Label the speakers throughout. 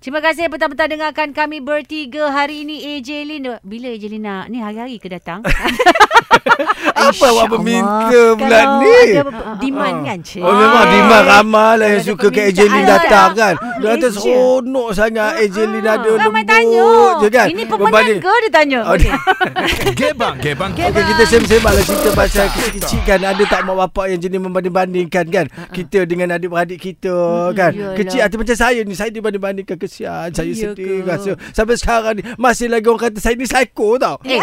Speaker 1: Terima kasih petang-petang dengarkan kami bertiga hari ini AJ Lin. Bila AJ Lin nak? Ni hari-hari ke datang?
Speaker 2: Apa awak meminta pula ni?
Speaker 3: ada
Speaker 1: Ha,
Speaker 3: uh, demand kan cik.
Speaker 2: Oh memang
Speaker 1: Ah.
Speaker 2: Dimas ramai lah yang
Speaker 3: Ada
Speaker 2: suka ke AJ
Speaker 3: permintaan
Speaker 2: Lin
Speaker 1: lah.
Speaker 2: datang kan. Dia
Speaker 3: Ah,
Speaker 2: kata
Speaker 3: Asia.
Speaker 2: seronok sangat AJ Lin ada
Speaker 1: Ah, Ramai
Speaker 2: lembut
Speaker 1: tanya.
Speaker 2: je kan.
Speaker 1: Ini pemenang
Speaker 2: Berbanding-
Speaker 1: ke dia tanya?
Speaker 2: Oh, dia-
Speaker 4: Gebang, gebang.
Speaker 1: Gebang.
Speaker 2: Okey kita sembang-sembang lah cerita pasal kecil-kecil kan ada tak mak bapak yang jenis membanding-bandingkan kan
Speaker 1: Ah.
Speaker 2: kita dengan adik-beradik kita kan
Speaker 1: yalah.
Speaker 2: kecil hati macam saya ni saya dibanding-bandingkan kesian saya
Speaker 3: Ya
Speaker 2: sedih
Speaker 3: ke?
Speaker 2: rasa sampai sekarang ni masih lagi orang kata saya ni psycho tau
Speaker 1: Eh,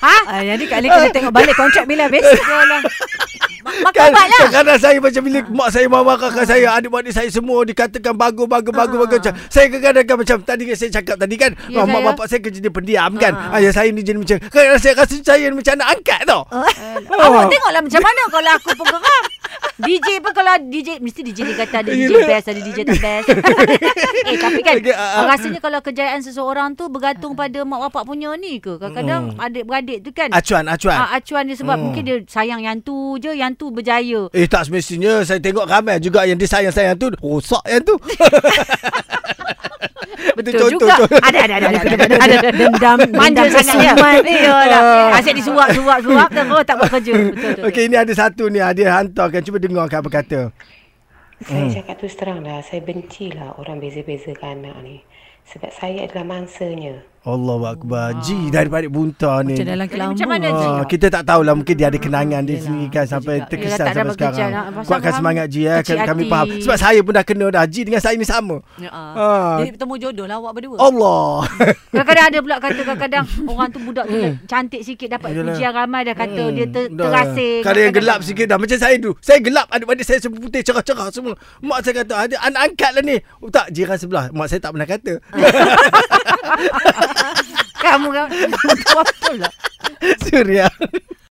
Speaker 1: Ha?
Speaker 3: Ah, jadi Kak Lin kena tengok balik kontrak bila habis.
Speaker 1: makan
Speaker 2: Kan
Speaker 1: ubat lah.
Speaker 2: kadang-kadang saya macam bila mak saya mama kakak saya adik-adik saya semua dikatakan bagus bagus bagus bagus macam saya kadang-kadang macam tadi kan saya cakap tadi kan
Speaker 1: Ah. Ya, Ah.
Speaker 2: yeah, mak
Speaker 1: saya.
Speaker 2: bapak saya kerja dia pendiam kan ayah saya ni jenis macam kadang-kadang saya rasa saya ni macam anak angkat tau
Speaker 1: Eh,
Speaker 2: Oh.
Speaker 1: Awak tengoklah macam mana kalau aku penggeram. DJ pun kalau DJ Mesti DJ dia kata Ada DJ
Speaker 2: Yelah.
Speaker 1: best Ada DJ tak best Eh tapi kan
Speaker 2: Okay, ah, ah.
Speaker 1: Rasanya kalau kejayaan seseorang tu Bergantung
Speaker 2: Uh-huh.
Speaker 1: pada mak bapak punya ni ke Kadang-kadang adik-beradik tu kan
Speaker 2: Hmm. acuan acuan
Speaker 1: Ah, acuan dia sebab
Speaker 2: Hmm.
Speaker 1: mungkin dia sayang yang tu je, yang tu berjaya.
Speaker 2: Eh tak semestinya Saya tengok ramai juga Yang dia sayang-sayang tu Rosak yang tu Betul contoh,
Speaker 1: juga.
Speaker 2: contoh.
Speaker 1: Ada, ada, ada. ada, ada, ada, ada.
Speaker 3: Ada dendam, Ah.
Speaker 1: Manja
Speaker 3: dendam
Speaker 1: sangat dia.
Speaker 3: sesumat.
Speaker 1: Iyalah. Asyik disuap, suap, suap. Terus tak buat kerja. Betul, betul.
Speaker 2: Okey ini ada satu ni ah, Dia hantarkan Cuba dengarkan apa kata
Speaker 5: Saya cakap terus terang lah, saya bencilah orang beza-bezakan anak ni. Sebab saya adalah mangsanya.
Speaker 2: Allah Akbar Ji daripada bunta ni
Speaker 3: Macam dalam kelama.
Speaker 1: Macam mana je?
Speaker 2: Ah, kita tak tahulah mungkin dia ada kenangan dia sendiri kan sampai
Speaker 3: juga.
Speaker 1: Yelah,
Speaker 2: terkesan
Speaker 1: tak ada
Speaker 2: sampai
Speaker 1: pekerjaan.
Speaker 2: sekarang.
Speaker 1: Ah, pasal
Speaker 2: Kuatkan
Speaker 1: faham.
Speaker 2: semangat Ji ya.
Speaker 1: Kecil
Speaker 2: Kami
Speaker 1: hati.
Speaker 2: faham. Sebab saya pun dah kena dah Ji dengan saya ni sama.
Speaker 3: Ya, ah.
Speaker 2: Ah. Oh,
Speaker 3: Jadi bertemu jodoh lah awak berdua.
Speaker 2: Allah.
Speaker 1: Kadang-kadang ada pula kata kadang-kadang orang tu budak tu cantik sikit dapat
Speaker 2: Yalah. Hmm.
Speaker 1: pujian ramai dah kata dia ter,
Speaker 2: Dah.
Speaker 1: terasing.
Speaker 2: Kalau yang gelap sikit dah macam saya dulu. Saya gelap adik-adik saya semua putih cerah-cerah semua. Mak saya kata ada anak angkat lah ni. Oh, tak jiran sebelah. Mak saya tak pernah kata.
Speaker 1: Ah. Kamu kan.
Speaker 2: Suria.